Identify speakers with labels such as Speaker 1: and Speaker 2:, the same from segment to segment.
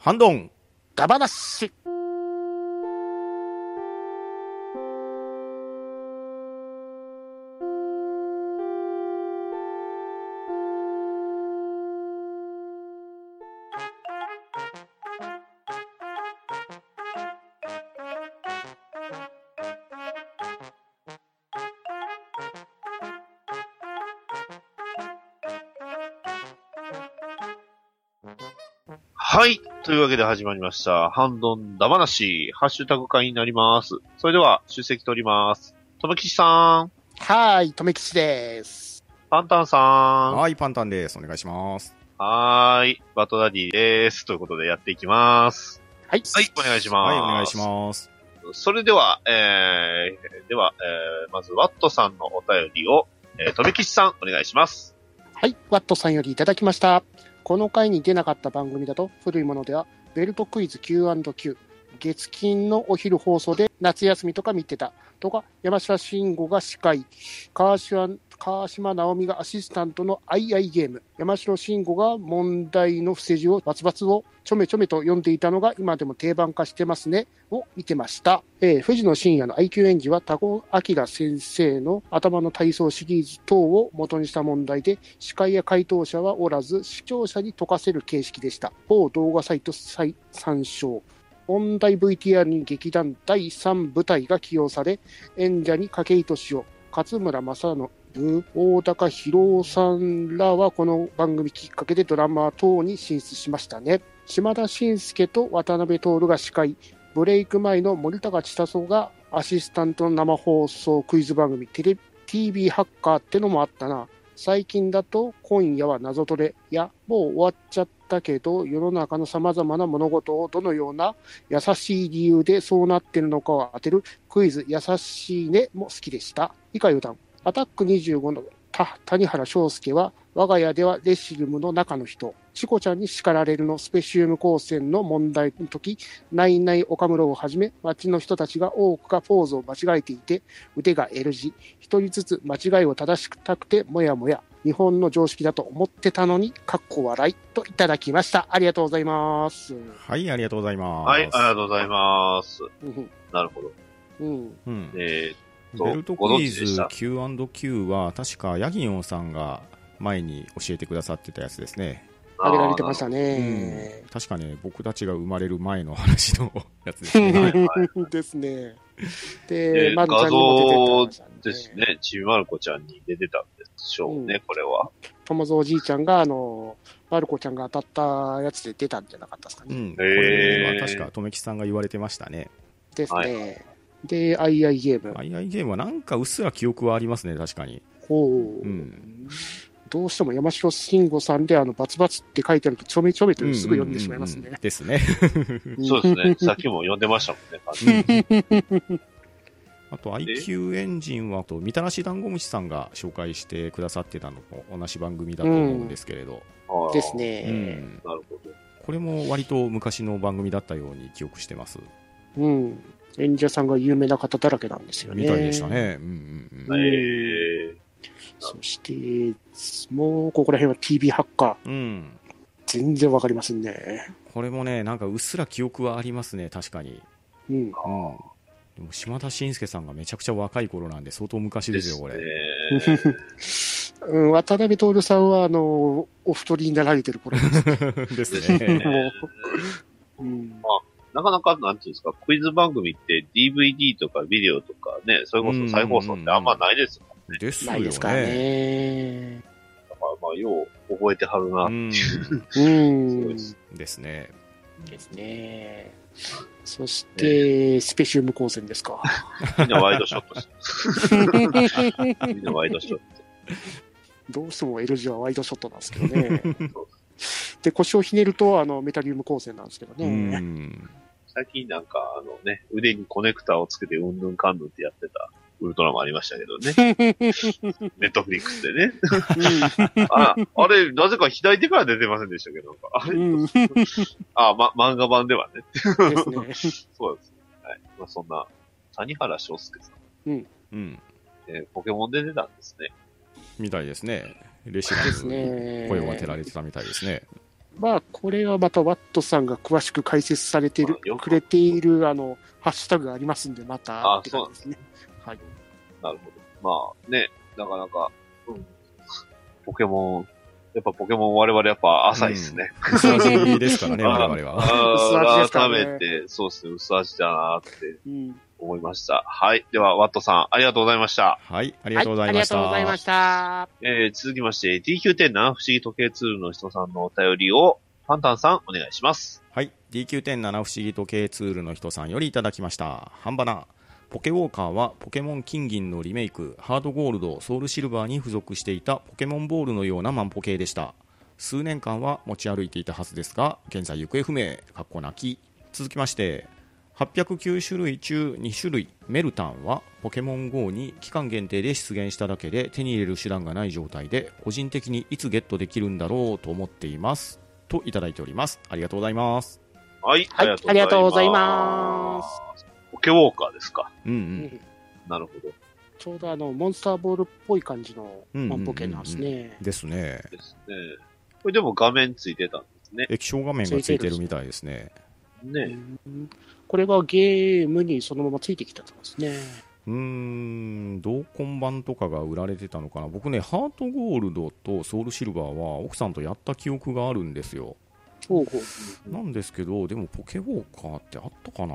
Speaker 1: ハンドン。
Speaker 2: ガバナッシ
Speaker 3: はい。というわけで始まりました。ハンドンダ話、ハッシュタグ会になります。それでは、出席取ります。とめきちさん、
Speaker 2: はーい、とめきちです。
Speaker 3: パンタンさ
Speaker 1: はい、パンタンです。お願いします。
Speaker 3: ん、はーい、バトダディです。ということでやっていきます。
Speaker 2: はい。
Speaker 3: はい、お願いします。
Speaker 1: はい、お願いします。
Speaker 3: す。それでは、えー、では、えー、まず、ワットさんのお便りを、えー、とめきちさん、お願いします。
Speaker 2: はい、ワットさんよりいただきました。この回に出なかった番組だと、古いものでは、ベルトクイズ Q&Q、月金のお昼放送で夏休みとか見てた、とか、山下慎吾が司会、川島川島直美がアシスタントの II ゲーム、山城慎吾が問題の伏せ字をバツバツをちょめちょめと読んでいたのが今でも定番化してますね、を見てました。えー、藤野深夜の IQ 演技は多古明先生の頭の体操シリーズ等を元にした問題で、司会や回答者はおらず、視聴者に解かせる形式でした。某動画サイト再参照。問題 VTR に劇団第3部隊が起用され、演者に筧敏夫、勝村正信、大高博夫さんらはこの番組きっかけでドラマ等に進出しましたね。島田紳介と渡辺徹が司会、ブレイク前の森高千里がアシスタントの生放送クイズ番組テレ TV ハッカーってのもあったな。最近だと今夜は謎トレやもう終わっちゃったけど世の中の様々な物事をどのような優しい理由でそうなってるのかを当てるクイズ優しいねも好きでした。以下予断。アタック25のた谷原章介は我が家ではレシルムの中の人。チコちゃんに叱られるのスペシウム光線の問題の時、ナイナイ岡室をはじめ、町の人たちが多くがポーズを間違えていて、腕が L 字、一人ずつ間違いを正したくて、もやもや、日本の常識だと思ってたのに、かっこ笑い、といただきました。ありがとうございます。
Speaker 1: はい、ありがとうございます。
Speaker 3: はい、ありがとうございます。
Speaker 2: うん
Speaker 3: なるほど。
Speaker 2: うん、
Speaker 1: うん。
Speaker 3: えー、と
Speaker 1: ベルト
Speaker 3: ご
Speaker 1: クイ
Speaker 3: 存知でし
Speaker 1: ズ
Speaker 3: た
Speaker 1: Q&Q は、確かヤギンオンさんが前に教えてくださってたやつですね。
Speaker 2: あげられてまし
Speaker 3: あ
Speaker 2: た
Speaker 1: う
Speaker 2: ね
Speaker 1: ん。。確かね、僕たちが生まれる前の話のやつです
Speaker 3: は
Speaker 1: ね。
Speaker 3: いは
Speaker 2: ですね。
Speaker 3: で
Speaker 2: で、まるちゃんにも出てた、
Speaker 3: ーです。ね。ちびまる子ちゃんに出てたんでしょうね、
Speaker 2: う
Speaker 3: これは。
Speaker 2: 友蔵おじいちゃんが、あの、まる子ちゃんが当たったやつで出たんじゃなかったですかね
Speaker 1: う。ん。こ
Speaker 3: へー
Speaker 1: れは確か、とめきさんが言われてましたね。
Speaker 2: です
Speaker 3: は
Speaker 2: ね。で、アイアイゲーム。
Speaker 1: アイアイゲームはなんかうっすら記憶はありますね、確かに。
Speaker 2: ほう
Speaker 1: うん
Speaker 2: どうしても山城慎吾さんで、あの、バツバツって書いてあると、ちょめちょめとすぐ読んでしまいます
Speaker 1: うんうんうんう
Speaker 2: ね
Speaker 1: ん。ですね。
Speaker 3: そうですね。さっきも呼んでましたもんね、感じ
Speaker 1: あと IQ エンジンは、あとみたらし団子虫さんが紹介してくださってたのも同じ番組だと思うんですけれど、
Speaker 3: あー
Speaker 2: です
Speaker 1: う
Speaker 2: ね。
Speaker 1: ん
Speaker 3: なるほど。
Speaker 1: これも割と昔の番組だったように記憶してます、
Speaker 2: うん。演者さんが有名な方だらけなんですよね。
Speaker 1: みたいでした。ね、うんうんうん
Speaker 2: ん
Speaker 3: え
Speaker 2: そして、もう、ここら辺は TV ハッカー。
Speaker 1: うん、
Speaker 2: 全然わかりませんね。
Speaker 1: これもねなんかうっすら記憶はありますね確かに、
Speaker 2: うん。
Speaker 1: うん、でも島田紳介さんがめちゃくちゃ若い頃なんで相当昔
Speaker 3: ー、
Speaker 1: で
Speaker 3: です
Speaker 1: よ
Speaker 3: す
Speaker 1: こ
Speaker 3: ね
Speaker 1: れ、。
Speaker 2: うん、渡辺徹さんは、あの、お太りになられてる頃 ですね。
Speaker 1: ですね
Speaker 2: もう。うん。
Speaker 3: なかなか、なんていうんですか、クイズ番組って DVD とかビデオとかね、それこそ再放送ってあんまないですもん。
Speaker 1: ですよ
Speaker 2: ない
Speaker 1: ね
Speaker 2: ですからね。
Speaker 3: だから、まあ、よう覚えてはるな
Speaker 1: う。 ん
Speaker 2: うん。
Speaker 3: そうです
Speaker 1: ですね
Speaker 2: ですね。そして、スペシウム光線ですか。
Speaker 3: みんなワイドショット して。みんなワイドショッ
Speaker 2: どうしても L 字はワイドショットなんですけどね。
Speaker 3: ト。
Speaker 2: で、腰をひねると、あの、メタリウム光線なんですけど
Speaker 1: う
Speaker 2: ね。
Speaker 1: ん
Speaker 3: 最近なんか、あのね、腕にコネクタをつけてうんぬんかんぬんってやってたウルトラマンありましたけど ね。ネットフリックスでね。あ、あれ、なぜか左手から出てませんでしたけど、なんかあ
Speaker 2: う
Speaker 3: れ、
Speaker 2: ん。うんで
Speaker 3: あ、ま、漫画版ではね。
Speaker 2: すね。
Speaker 3: そうです。はい。まあ、そんな、谷原章介さん、
Speaker 1: うん
Speaker 3: えーポケモンで出たんですね。
Speaker 1: みたいですねレシラ
Speaker 2: です
Speaker 1: ムに
Speaker 2: ね。
Speaker 1: 声を当てられてたみたいですね
Speaker 2: まあ、これはまたワットさんが詳しく解説されている
Speaker 3: あよ、く
Speaker 2: くれている、あの、ハッシュタグがありますんで、また、
Speaker 3: あ
Speaker 2: って感じですね。はい。
Speaker 3: なるほど。まあね、なかなか、うん。ポケモン、やっぱポケモン我々やっぱ浅いですね。
Speaker 1: 薄味です からね、
Speaker 3: あ
Speaker 1: 我々は。
Speaker 3: あ
Speaker 2: 薄味で
Speaker 3: あ、
Speaker 2: すか
Speaker 3: 改
Speaker 2: らね
Speaker 3: めて、そうですね、薄味だなーって
Speaker 2: うん。
Speaker 3: 思いました。はい。では、ワットさん、ありがとうございました。
Speaker 1: はい、あ
Speaker 2: あ
Speaker 1: りがとうございました。
Speaker 2: ありがとうございました。
Speaker 3: えー、続きまして、DQ107 不思議時計ツールの人さんのお便りを、パンタンさん、お願いします。
Speaker 1: はい、DQ.7 不思議時計ツールの人さんよりいただきました。ハンバナ。ポケウォーカーはポケモン金銀のリメイク、ハードゴールド、ソウルシルバーに付属していたポケモンボールのようなマンポケでした。数年間は持ち歩いていたはずですが、現在行方不明、かっこなき。続きまして、809種類中2種類メルタンはポケモン GO に期間限定で出現しただけで手に入れる手段がない状態で個人的にいつゲットできるんだろうと思っていますといただいておりますありがとうございます
Speaker 3: はい、
Speaker 2: はい
Speaker 3: ありがとうござい
Speaker 2: ありがとうございま
Speaker 3: ます。ポケウォーカーですか。
Speaker 1: うんう
Speaker 2: うんん
Speaker 3: なるほど。
Speaker 2: ちょうどあの、モンスターボールっぽい感じのマンポケなんですね。
Speaker 1: ですね
Speaker 3: ですね。これでも画面ついてたんですね。
Speaker 1: 液晶画面がついてるみたいですね
Speaker 3: ね。
Speaker 2: うんこれがゲームにそのままついてきたんですね。
Speaker 1: うーん同梱版とかが売られてたのかな僕ねハートゴールドとソウルシルバーは奥さんとやった記憶があるんですよ
Speaker 2: ほうほう
Speaker 1: なんですけどでもポケウォーカーってあったかな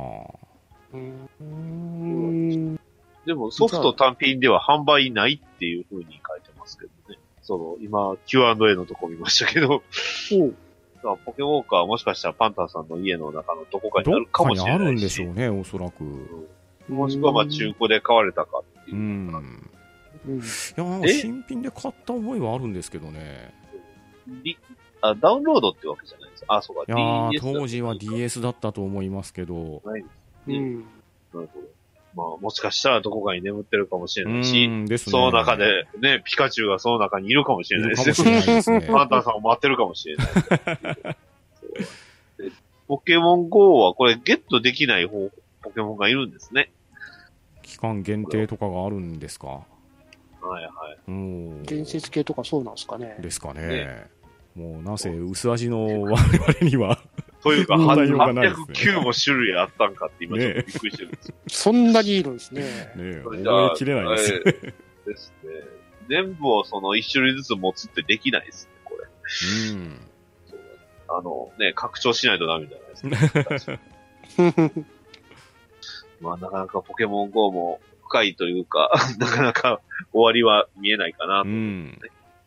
Speaker 2: うんうん
Speaker 3: でもソフト単品では販売ないっていう風に書いてますけどね。その、今、Q&A のとこ見ましたけど、
Speaker 2: ほう
Speaker 3: だからポケウォーカーはもしかしたらパンタンさんの家の中のどこかにあ
Speaker 1: どっ
Speaker 3: るか
Speaker 1: か
Speaker 3: も
Speaker 1: に
Speaker 3: し
Speaker 1: あ
Speaker 3: れな
Speaker 1: るん
Speaker 3: い
Speaker 1: で
Speaker 3: し。
Speaker 1: しょうねおそらく
Speaker 3: もしくはまあ中古で買われたかっていうう。
Speaker 1: ん
Speaker 2: う
Speaker 1: い
Speaker 2: ん
Speaker 1: やなんか
Speaker 3: え
Speaker 1: 新品で買った覚えはあるんですけどね
Speaker 3: リあダウンロードってわけじゃないです。あ、そう
Speaker 1: い
Speaker 3: か。
Speaker 1: やー
Speaker 3: DS だ
Speaker 1: 当時は DS だったと思いますけど
Speaker 2: うん
Speaker 3: なるほど。まあ、もしかしたらどこかに眠ってるかもしれ
Speaker 1: う
Speaker 3: ないし、
Speaker 1: んですね
Speaker 3: その中で、ね、ピカチュウがその中にいるかもし
Speaker 1: い
Speaker 3: れない
Speaker 1: る
Speaker 3: で
Speaker 1: か
Speaker 3: す
Speaker 1: もし。れ
Speaker 3: よ
Speaker 1: ない ですね
Speaker 3: パンタンさんを待ってるかもしれない。そうでポケモン GO はこれゲットできない方ポケモンがいるんですね。
Speaker 1: 期間限定とかがあるんですか
Speaker 3: はいはい。
Speaker 1: うん
Speaker 2: 伝説系とかそうなんですかね。
Speaker 1: ですか
Speaker 3: ね
Speaker 1: ねもうなぜ薄味の我々に は
Speaker 3: というか、
Speaker 1: 問題がないですね
Speaker 3: 809も種類あったんかって今ちょっとびっくりしてるんですけ
Speaker 2: そんなにいるんですね。
Speaker 1: ね
Speaker 3: ど。
Speaker 1: 覚
Speaker 3: じゃあ
Speaker 1: えきれないです
Speaker 3: えーですね。全部をその一種類ずつ持つってできないですね、これ。
Speaker 1: うん
Speaker 3: あの、ね、拡張しないとダメじゃないですか。 まあ、なかなかポケモン GO も深いというか、 なかなか終わりは見えないかな。
Speaker 1: うん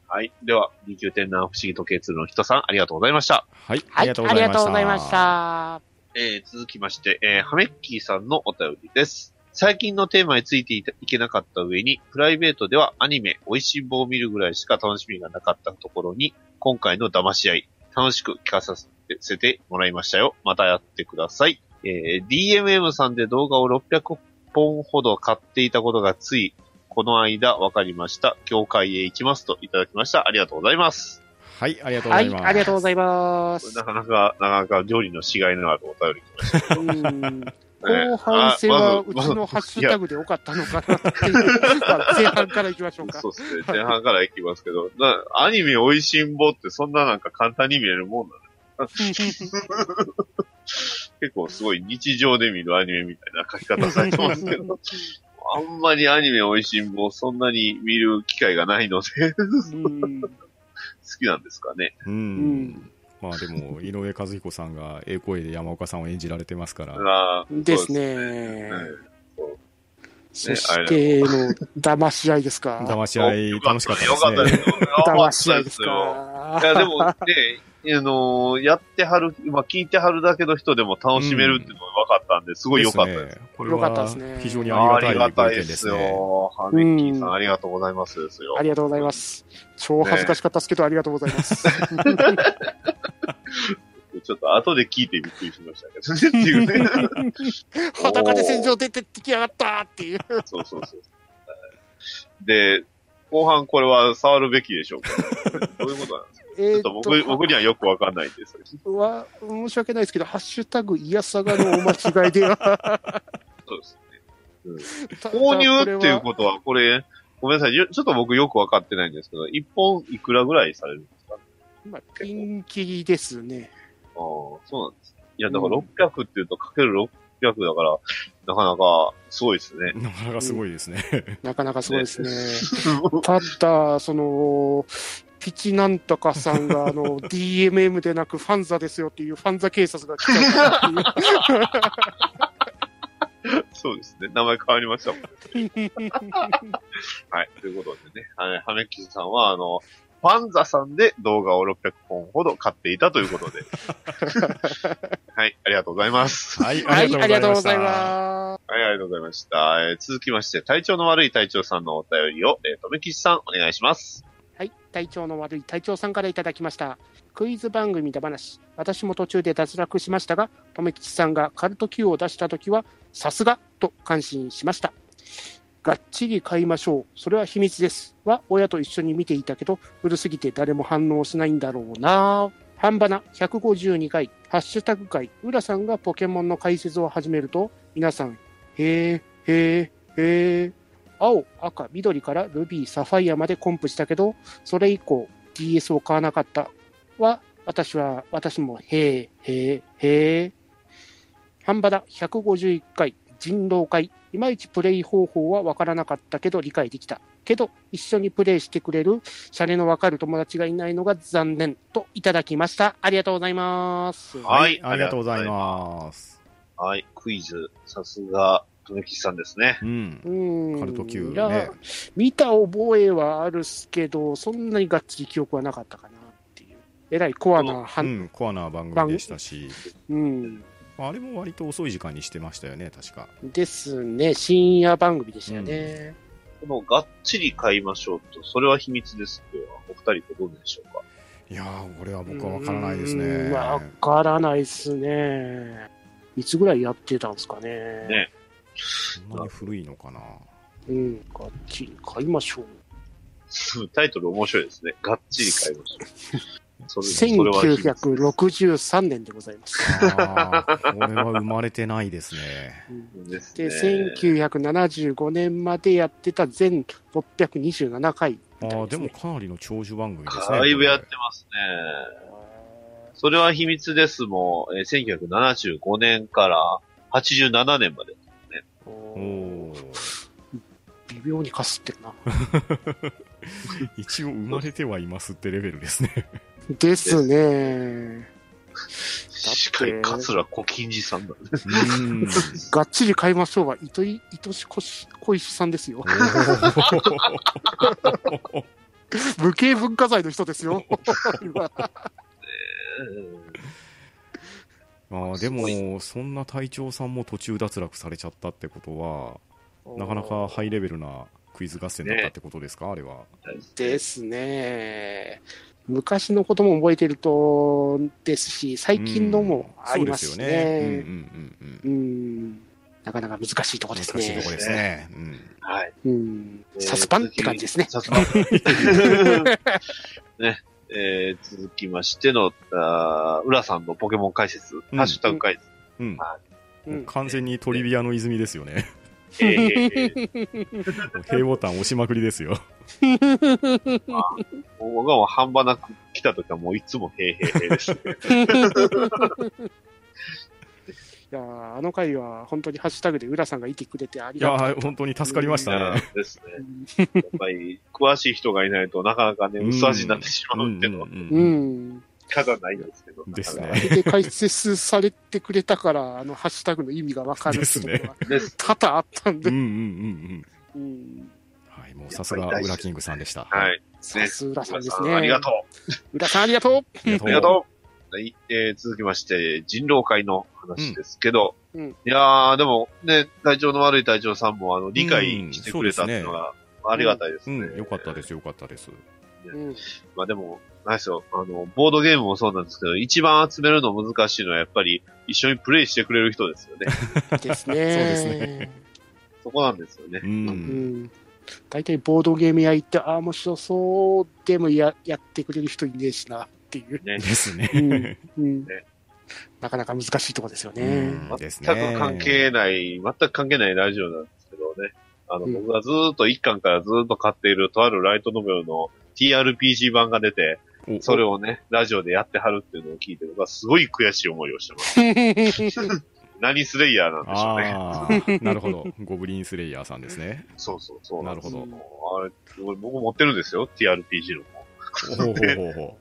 Speaker 3: はい。では、29.7不思議時計通の人さん、ありがとうございました。
Speaker 1: はい
Speaker 2: は
Speaker 1: あ
Speaker 2: い、
Speaker 1: りが
Speaker 2: あり
Speaker 1: とうござい
Speaker 2: が
Speaker 1: ま
Speaker 2: とう
Speaker 1: し
Speaker 2: ございま
Speaker 1: た
Speaker 2: した。
Speaker 3: えー続きまして、えーハメッキーさんのお便りです。最近のテーマについていたいけなかった上に、プライベートではアニメ、美味しんぼを見るぐらいしか楽しみがなかったところに、今回の騙し合い、楽しく聞かさせてもらいましたよ。またやってください。えー DMM さんで動画を600本ほど買っていたことがつい、この間分かりました。業界へ行きますといただきました。ありがとうございます。
Speaker 1: はいありがとうご
Speaker 2: は
Speaker 1: ざい
Speaker 2: い、
Speaker 1: ます
Speaker 2: ありがとうございま
Speaker 3: これ
Speaker 2: す
Speaker 3: な。かなか、なかなか料理のしがいのあるお便り
Speaker 2: うん
Speaker 3: ね
Speaker 2: 後半戦は
Speaker 3: あ
Speaker 2: う
Speaker 3: ま
Speaker 2: ち
Speaker 3: ず
Speaker 2: のハッシュタグでよかったのかなっていう。まあ前半からいきましょうか。
Speaker 3: そうですね。前半からいきますけ ど、なアニメ美味しんぼってそんななんか簡単に見えるもんなの結構すごい日常で見るアニメみたいな書き方されてますけ ど、あんまりアニメ美味しんぼそんなに見る機会がないので、 好
Speaker 2: うん
Speaker 3: きなんですかね。
Speaker 1: う
Speaker 2: うん
Speaker 1: んまあでも、井上和彦さんがええ声で山岡さんを演じられてますから、
Speaker 3: あー
Speaker 2: です。
Speaker 3: そ
Speaker 2: ね
Speaker 3: う。
Speaker 2: そ
Speaker 3: ね
Speaker 2: しての騙し合いで すか。
Speaker 1: 騙し合
Speaker 3: で
Speaker 1: い
Speaker 3: す
Speaker 1: 楽しかっ
Speaker 3: よ
Speaker 1: た
Speaker 3: かった
Speaker 1: で
Speaker 3: ですす
Speaker 1: ね。
Speaker 3: よ。
Speaker 2: 騙し合いです
Speaker 3: よ。
Speaker 2: か
Speaker 3: い。や、でもね、 あのーやってはる、まあ、聞いてはるだけの人でも楽しめるっていうのが分かったんで、すごい良かったです。
Speaker 1: ですね。これ
Speaker 2: よかったで
Speaker 1: は
Speaker 2: すね
Speaker 1: 非常にあ
Speaker 3: あ
Speaker 1: り
Speaker 3: り
Speaker 1: が
Speaker 3: が
Speaker 1: た
Speaker 3: た
Speaker 1: いご
Speaker 3: い
Speaker 1: 意
Speaker 3: で
Speaker 1: 見ですすね。
Speaker 3: よ。ハメッキーさ
Speaker 2: うん
Speaker 3: ん、ありがとうございますですよ
Speaker 2: あ。りがとうございます。超恥ずかしかったですけど、ありがとうござ います。
Speaker 3: ちょっと後で聞いてびっくりしましたけどね。っていうね。
Speaker 2: 裸で戦場出てってきやがったっていう。
Speaker 3: そうそうそう。で、後半これは触るべきでしょうかどういうことなんですか
Speaker 2: え
Speaker 3: ちょっ
Speaker 2: ーっ
Speaker 3: と
Speaker 2: と
Speaker 3: 僕僕にはよくわかんないんですけど。
Speaker 2: は、申し訳ないですけど、ハッシュタグ、いやさがのお間 違いでは。
Speaker 3: そうですね。購入っていうことは、これ、ごめんなさい。ちょちょっと僕よくわかってないんですけど、一本いくらぐらいされるんですか
Speaker 2: まあ、ピンキリですね。
Speaker 3: ああ、そうなんです。いや、だから600っていうと、かける600だから、なかなか、すごいですね。
Speaker 1: なかなかすごいですね。
Speaker 2: なかなかそうですね。ただ、その、ピチなんとかさんが、あの、DMM でなくファンザですよっていうファンザ警察が来たんだっていう
Speaker 3: そうですね。名前変わりましたもん。はい。ということでね、あの、羽吉さんは、あの、ファンザさんで動画を600本ほど買っていたということで。はい。ありがとうございます。
Speaker 1: はい、
Speaker 2: はい、ありがとうござい
Speaker 1: す。
Speaker 2: ま
Speaker 3: はい、ありがとうございました。えー続きまして、体調の悪い隊長さんのお便りを、えー、とめきしさん、お願いします。
Speaker 2: す。はい、体調の悪い隊長さんからいただきました。クイズ番組だ話。私も途中で脱落しましたが、とめきちさんがカルト Q を出したときは、さすがと感心しました。がっちり買いましょう。それは秘密です。は、親と一緒に見ていたけど、古すぎて誰も反応しないんだろうな半ばな152回、ハッシュタグ回、浦さんがポケモンの解説を始めると、皆さん、へーへーへー青、赤、緑からルビー、サファイアまでコンプしたけど、それ以降、DS を買わなかった。は、私は、私も、へーへーへー半ばだ151回人狼会いまいちプレイ方法は分からなかったけど理解できたけど一緒にプレイしてくれるシャレの分かる友達がいないのが残念といただきましたありがとうございます
Speaker 1: はい、ありがとうございます。
Speaker 3: はい、クイズ、さすが、とめきしさんですね。
Speaker 1: うん。
Speaker 2: うん
Speaker 1: カルト級
Speaker 2: い
Speaker 1: ね
Speaker 2: や。見た覚えはあるっすけどそんなにがっつり記憶はなかったかなっていうえらいコアな
Speaker 1: う
Speaker 2: はん
Speaker 1: ん、コアな番組でしたし、
Speaker 2: うん、
Speaker 1: あれも割と遅い時間にしてましたよね、確か。
Speaker 2: ですね深夜番組でしたよね、
Speaker 3: この、がっちり買いましょうと、それは秘密ですっていうのは、お二人とどうでしょうか
Speaker 1: いやー、これは僕はわからないですね。
Speaker 2: 分からないですね。いつぐらいやってたんですかね。
Speaker 3: ね
Speaker 1: そんなに古いのかな。
Speaker 2: うん、ガッチリ買いましょう。
Speaker 3: タイトル面白いですね。がっちり買いましょう。それそれは秘密
Speaker 2: 1963年でございます。
Speaker 1: あーこれは生まれてないですね。
Speaker 2: うん
Speaker 3: ですね。
Speaker 2: で、1975年までやってた全627回
Speaker 1: あ
Speaker 2: みたい
Speaker 1: あ、です
Speaker 2: ね
Speaker 1: もかなりの長寿番組ですね。
Speaker 3: だいぶやって
Speaker 1: こ
Speaker 3: ますね。それは秘密ですもん、えー1975年から87年まで。
Speaker 1: れおー
Speaker 2: 微妙にかすってるな。
Speaker 1: 一応生まれてはいますってレベルですね。
Speaker 2: ですね。
Speaker 3: しっかり、桂小金次さんだね。
Speaker 1: う ん。
Speaker 2: がっちり買いましょうは、糸井、糸しこし、小石さんです よ
Speaker 1: お。ー
Speaker 2: 無形文化財の人ですよ。今
Speaker 1: ああです
Speaker 3: ごい
Speaker 1: も、そんな隊長さんも途中脱落されちゃったってことは、 なかなかハイレベルなクイズ合戦だったってことですか、あれは。
Speaker 2: ですね。昔のことも覚えてるとですし、最近のもありますし
Speaker 1: うんそうですよね。うんう
Speaker 2: ね。
Speaker 1: んうん
Speaker 2: うん、なかなか難しいとこ
Speaker 1: うん。
Speaker 2: で
Speaker 1: 難し
Speaker 2: すね。
Speaker 1: いとこですね。うん
Speaker 3: はい。
Speaker 2: うん。
Speaker 3: えー
Speaker 2: サスパンって感じですね。
Speaker 3: サスパ ン。ね。えー続きましての、あー浦さんのポケモン解説、
Speaker 1: うん
Speaker 3: ハッシュタグ解説。
Speaker 1: うん。も
Speaker 2: う、
Speaker 1: うん完全にトリビアの泉ですよね。
Speaker 3: えーえーえ
Speaker 1: もう平ボタン押しまくりですよ。
Speaker 3: ーまあ僕はもう半端なく来た時はもういつもへーへーへーですね。
Speaker 2: いやーあの回は本当にハッシュタグで浦さん がいてくれてあり
Speaker 1: いや
Speaker 2: がと
Speaker 1: ー、本当に助かりましたね。
Speaker 3: ですね。
Speaker 2: う。
Speaker 3: やっぱり、詳しい人がいないとなかなかね、
Speaker 1: うん
Speaker 3: 薄味になってしまうっていうのは
Speaker 2: う
Speaker 1: うん
Speaker 2: ん。
Speaker 3: 仕方ないんですけど。
Speaker 1: です
Speaker 3: な
Speaker 1: ね
Speaker 3: かなか
Speaker 2: で、解説されてくれたから、あの、ハッシュタグの意味がわかるっていうのは
Speaker 3: です。
Speaker 2: 多々あったん
Speaker 1: うんうんう
Speaker 2: で。
Speaker 1: んう
Speaker 2: うん。
Speaker 1: ん。はい、もうさすが、ウラキングさんでした。。
Speaker 3: はいい。
Speaker 2: さす浦さんです
Speaker 3: 皆さ
Speaker 2: ね。
Speaker 3: んありがとう。
Speaker 2: 浦さんありがと
Speaker 1: あり
Speaker 3: ありがとう。はい。えー続きまして、人狼会の話ですけど、
Speaker 2: うんうん
Speaker 3: いやー、でも、ね、体調の悪い隊長さんも、あの、理解してくれたっていうのが、ありがたいです
Speaker 1: う
Speaker 3: ね。
Speaker 1: ん、よかったです、よかったです。
Speaker 2: う。うん。
Speaker 3: まあでも、なんですよ、あの、ボードゲームもそうなんですけど、一番集めるの難しいのは、やっぱり、一緒にプレイしてくれる人ですよね。
Speaker 2: ですね。
Speaker 1: そうですね。
Speaker 3: そこなんですよね
Speaker 1: う。。
Speaker 2: うんん大体ボードゲーム屋行って、ああ、面白そう、でもややってくれる人いねえしなっ ていう、
Speaker 3: ね。
Speaker 1: です
Speaker 2: う
Speaker 1: ね
Speaker 2: ん。うん
Speaker 3: ね
Speaker 2: なかなか難しいところですよ
Speaker 1: う
Speaker 2: ね。
Speaker 1: んですね。
Speaker 3: 全く関係ない、全く関係ないラジオなんですけどね。あの、
Speaker 2: うん
Speaker 3: 僕がずーっと一巻からずーっと買っているとあるライトノベルの TRPG 版が出て、
Speaker 1: お
Speaker 3: それをね、ラジオでやってはるっていうのを聞いて、僕はすごい悔しい思いをしてます。何スレイヤーなんでしょうね。
Speaker 1: ああ、なるほど。ゴブリンスレイヤーさんですね。
Speaker 3: そうそうそうなんです。
Speaker 1: なる
Speaker 2: ほど
Speaker 3: もうあれ、俺僕持ってるんですよ、TRPG の
Speaker 1: ほう
Speaker 3: 本。
Speaker 1: ほうほうほ
Speaker 3: ね、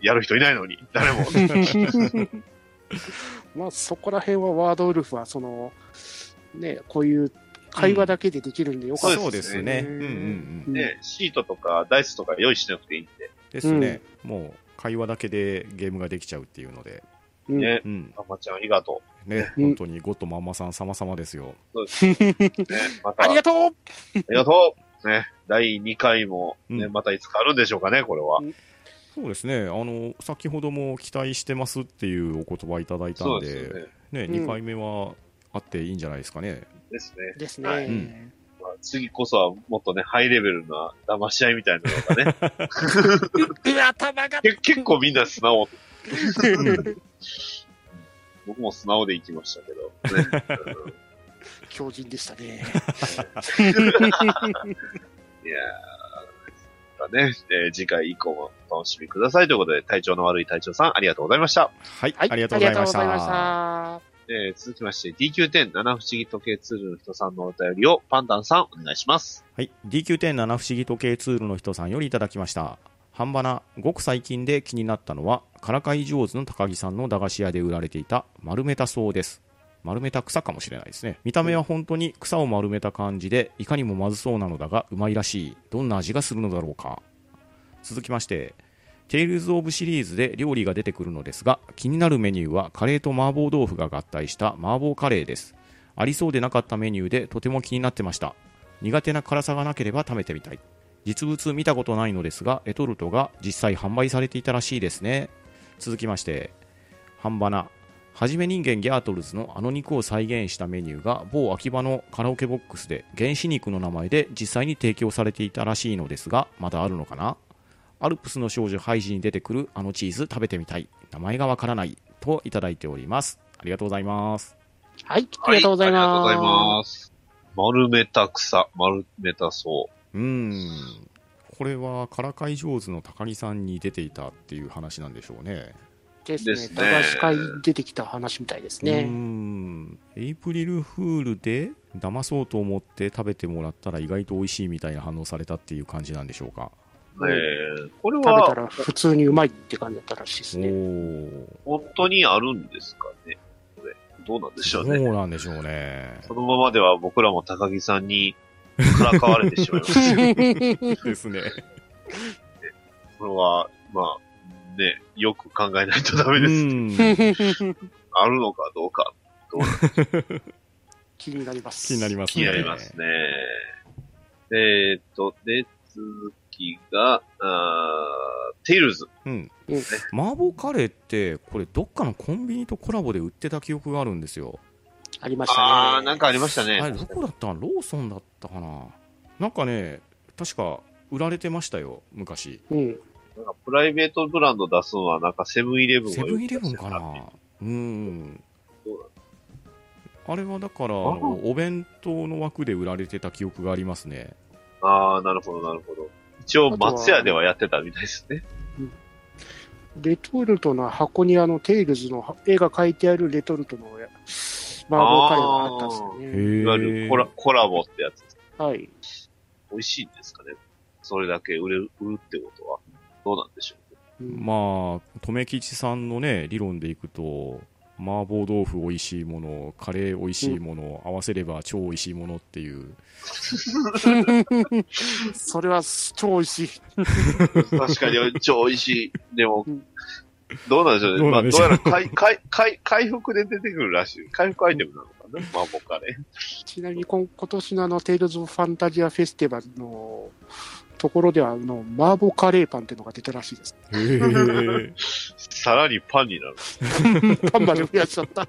Speaker 3: やる人いないのに、誰も。
Speaker 2: まあそこら辺はワードウルフはそのねこういう会話だけでできるんで よ
Speaker 1: う。
Speaker 2: かった、
Speaker 1: そうですね。
Speaker 2: う
Speaker 1: うんんうんうん。
Speaker 3: ね、シートとかダイスとか用意しなくていいんで。
Speaker 1: ですね。もう、会話だけでゲームができちゃうっていうので。
Speaker 2: うん
Speaker 3: ね、
Speaker 1: うん。
Speaker 3: たまちゃんありがと
Speaker 1: ね、
Speaker 2: うん
Speaker 1: 本当にゴッドマンマさん様々ですよ。
Speaker 3: う。ね、また、
Speaker 2: あ
Speaker 3: あ
Speaker 2: り
Speaker 3: り
Speaker 2: がとう
Speaker 3: がとうね、第2回も、ね、
Speaker 1: うん
Speaker 3: またいつかあるんでしょうかね、これは。
Speaker 1: そうですね。あの、先ほども期待してますっていうお言葉いただいた
Speaker 3: そ
Speaker 1: ん
Speaker 3: うですよ
Speaker 1: で、
Speaker 3: ね。
Speaker 1: ね、
Speaker 2: うん
Speaker 1: 2回目はあっていいんじゃないですかね。
Speaker 3: ですね。
Speaker 2: ですね、
Speaker 3: はい
Speaker 1: うん
Speaker 3: まあ次こそはもっとね、ハイレベルな騙し合いみたいなの がね、
Speaker 2: うわ頭が
Speaker 3: け結構みんな素直。僕も素直で行きましたけど、ね。うん
Speaker 2: 強靭でしたね
Speaker 3: いやー、だね、えー次回以降もお楽しみくださいということで、体調の悪い隊長さん、ありがとうございました。
Speaker 1: はい。
Speaker 2: は い
Speaker 1: ありがとうございまし。
Speaker 2: ありがとうございましたた
Speaker 3: えー続きまして、DQ10 七不思議時計ツールの人さんのお便りを、パンダンさん、お願いします。
Speaker 1: はい、DQ107 不思議時計ツールの人さんよりいただきました半ばなごく最近で気になったのはからかい上手の高木さんの駄菓子屋で売られていた丸めたそうです丸めた草かもしれないですね見た目は本当に草を丸めた感じでいかにもまずそうなのだがうまいらしいどんな味がするのだろうか続きましてテイルズ・オブシリーズで料理が出てくるのですが気になるメニューはカレーと麻婆豆腐が合体した麻婆カレーですありそうでなかったメニューでとても気になってました苦手な辛さがなければ食べてみたい実物見たことないのですがエトルトが実際販売されていたらしいですね続きまして半ばなはじめ人間ギャートルズのあの肉を再現したメニューが某秋葉のカラオケボックスで原始肉の名前で実際に提供されていたらしいのですがまだあるのかなアルプスの少女ハイジに出てくるあのチーズ食べてみたい名前がわからないといただいておりますありがとうございます
Speaker 2: はいありがとうございます、
Speaker 3: はいありがとうございます。丸めた草、丸めたそう
Speaker 1: ーんこれはからかい上手の高木さんに出ていたっていう話なんでしょうね
Speaker 2: です
Speaker 3: で
Speaker 2: ね
Speaker 3: すね
Speaker 2: 駄菓子会に出てきた話みたいです
Speaker 1: うー
Speaker 2: ね
Speaker 1: んエイプリルフールで騙そうと思って食べてもらったら意外と美味しいみたいな反応されたっていう感じなんでしょうか
Speaker 3: う。ねえこれ
Speaker 2: 食べた
Speaker 3: は
Speaker 2: ら普通にうまいって感じだったらしいです
Speaker 1: お
Speaker 2: ね
Speaker 1: ー
Speaker 3: 本当にあるんですかねこれどうなんでし
Speaker 1: そ
Speaker 3: ょう
Speaker 1: う
Speaker 3: ね。
Speaker 1: なんでしょうね
Speaker 3: このままでは僕らも高木さんにからかわれてしまいま す。
Speaker 1: ですね
Speaker 3: これは、まあ、ね、よく考えないとダ
Speaker 1: う
Speaker 3: メです。
Speaker 1: ーん
Speaker 3: あるのかどうか、
Speaker 2: 気になります
Speaker 1: 気になります
Speaker 3: 気に
Speaker 1: ね
Speaker 3: なりますね。えーっと、で、続きが、あーテイルズ。
Speaker 1: うん
Speaker 2: うん
Speaker 1: 麻婆カレーってこれどっかのコンビニとコラボで売ってた記憶があるんですよ
Speaker 2: ありましたね
Speaker 3: あー、なんかありました
Speaker 1: あれ
Speaker 3: ね。
Speaker 1: どこだったのローソンだったかななんかね確か売られてましたよ昔
Speaker 2: うん
Speaker 3: なんかプライベートブランド出すのは、なんかセブンイレブン
Speaker 1: セ
Speaker 3: が
Speaker 1: ブ
Speaker 3: よ
Speaker 1: ン
Speaker 3: く
Speaker 1: イ
Speaker 3: 出
Speaker 1: レ
Speaker 3: してた
Speaker 1: ブンかなうん
Speaker 3: どうだ
Speaker 1: あれはだからあ
Speaker 3: あ
Speaker 1: のお弁当の枠で売られてた記憶がありますね
Speaker 3: あー、なるほど、なるほど。一応、松屋ではやってたみたいですね。
Speaker 2: レトルトの箱にあのテイルズの絵が描いてあるレトルトのや麻婆カレーがあったんですよね。
Speaker 1: へえ
Speaker 3: いわゆるコラコラボってやつ
Speaker 2: はい。
Speaker 3: 美味しいんですかねそれだけ売れる、売るってことは、どうなんでしょう
Speaker 2: うん
Speaker 1: まあ留吉さんのね理論でいくと麻婆豆腐美味しいものカレー美味しいもの、合わせれば超美味しいものって いう
Speaker 2: それは超美味しい。
Speaker 3: 確かに、超美味しい。でも
Speaker 2: うん、
Speaker 3: どうなんでしょうね。
Speaker 1: どう
Speaker 3: ま
Speaker 1: な
Speaker 3: あ、
Speaker 1: んで
Speaker 3: どう
Speaker 1: しょ
Speaker 3: や
Speaker 1: う
Speaker 3: ら 回、回、回、回復で出てくるらしい。回復アイテムなのかなマボカレー。
Speaker 2: ちなみに今今年のあのテイルズ・ファンタジア・フェスティバルのところではあの麻婆カレーパンっていうのが出たらし いです。
Speaker 1: へえ
Speaker 3: さらにパンになる。
Speaker 2: パンまで増やしちゃった。